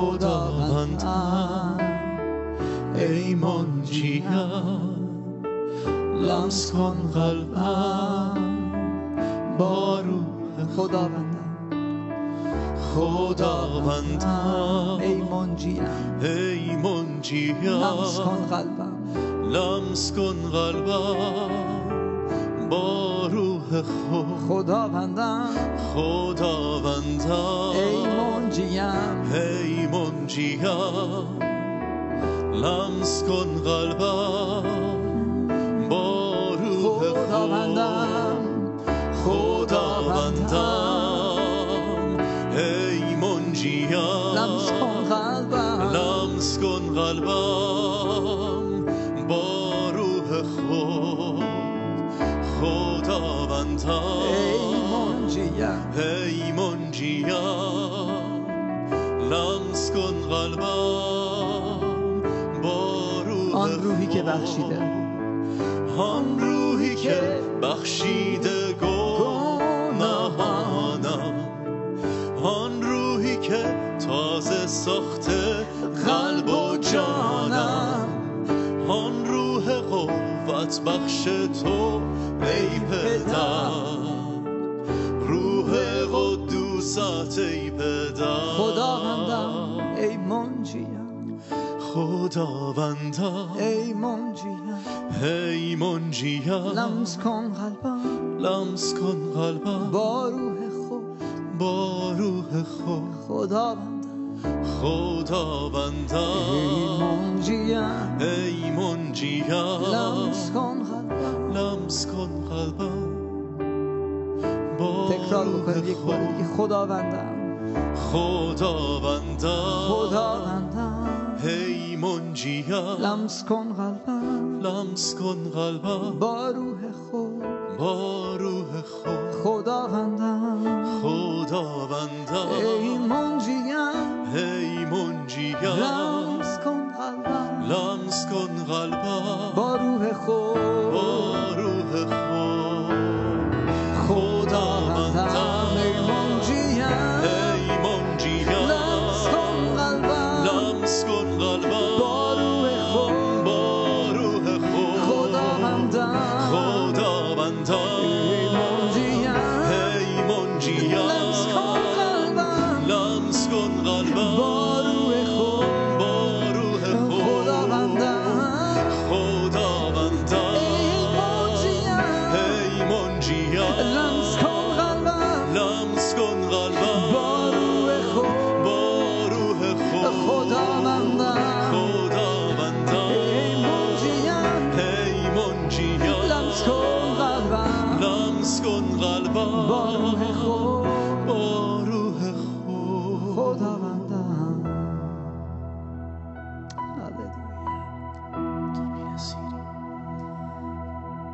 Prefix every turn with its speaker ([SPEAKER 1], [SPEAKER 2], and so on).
[SPEAKER 1] خداوند ای منجیم لمس کن قلبم با روح
[SPEAKER 2] خداوندم
[SPEAKER 1] خداوندم
[SPEAKER 2] ای منجیم
[SPEAKER 1] ای منجیم
[SPEAKER 2] لمس کن قلبم
[SPEAKER 1] لمس کن قلبم با روح خود
[SPEAKER 2] خداوندم
[SPEAKER 1] خداوندم
[SPEAKER 2] ای منجیم
[SPEAKER 1] ای منجیم لمس کن قلبم با روح خود.
[SPEAKER 2] خداوندم
[SPEAKER 1] خداوندم ای منجیم
[SPEAKER 2] لمس کن قلبم
[SPEAKER 1] لمس کن قلبم با روح خود خداوندم
[SPEAKER 2] ای منجیم
[SPEAKER 1] ای منجیم لمس کن قلبم با روح
[SPEAKER 2] آن روحی
[SPEAKER 1] خود.
[SPEAKER 2] که بخشیده.
[SPEAKER 1] آن روحی که بخشیده گناهانم آن روحی که تازه ساخته قلب و جانم آن روح قوت بخش تو ای پدر روح قدوست ای پدر
[SPEAKER 2] خداوندم ای منجیم
[SPEAKER 1] خداوندم
[SPEAKER 2] ای منجیم
[SPEAKER 1] ای منجیم
[SPEAKER 2] لمس کن قلبم
[SPEAKER 1] لمس کن قلبم با,
[SPEAKER 2] با روح خود
[SPEAKER 1] روح خود
[SPEAKER 2] خداوندم ای
[SPEAKER 1] خداوندم
[SPEAKER 2] منجیم
[SPEAKER 1] ای منجیم
[SPEAKER 2] لمس کن قلبم
[SPEAKER 1] لمس کن قلبم با
[SPEAKER 2] تکرار بکنید
[SPEAKER 1] روح
[SPEAKER 2] یک بار
[SPEAKER 1] خود.
[SPEAKER 2] دیگه خداوندم
[SPEAKER 1] خداوندم
[SPEAKER 2] خداوندم
[SPEAKER 1] ای منجیم
[SPEAKER 2] لمس کن قلبم
[SPEAKER 1] لمس کن قلبم
[SPEAKER 2] با روح خود
[SPEAKER 1] با روح خود
[SPEAKER 2] خداوندم ای
[SPEAKER 1] خداوندم
[SPEAKER 2] منجیم
[SPEAKER 1] ای منجیم
[SPEAKER 2] لمس کن قلبم
[SPEAKER 1] لمس کن قلبم
[SPEAKER 2] با روح خود
[SPEAKER 1] با روح خود خداوندم
[SPEAKER 2] ای منجیم
[SPEAKER 1] ای منجیم
[SPEAKER 2] لمس کن قلبم
[SPEAKER 1] لمس کن قلبم
[SPEAKER 2] با روح خود.
[SPEAKER 1] با روح خود
[SPEAKER 2] خداوندم ای
[SPEAKER 1] خداوندم
[SPEAKER 2] منجیم
[SPEAKER 1] ای منجیم
[SPEAKER 2] لمس کن قلبم
[SPEAKER 1] لمس کن قلبم
[SPEAKER 2] با روح خود.
[SPEAKER 1] با روح خود
[SPEAKER 2] خداوندم
[SPEAKER 1] خداوندم
[SPEAKER 2] ای منجیم
[SPEAKER 1] ای منجیم
[SPEAKER 2] لمس کن قلبم
[SPEAKER 1] لمس کن قلبم
[SPEAKER 2] با روح خود.
[SPEAKER 1] با روح خود
[SPEAKER 2] خداوندم.
[SPEAKER 1] خداوندم
[SPEAKER 2] ای منجیم
[SPEAKER 1] ای منجیم
[SPEAKER 2] لمس کن قلبم
[SPEAKER 1] لمس کن قلبم
[SPEAKER 2] با روح خود.
[SPEAKER 1] با روح خود
[SPEAKER 2] خداوندم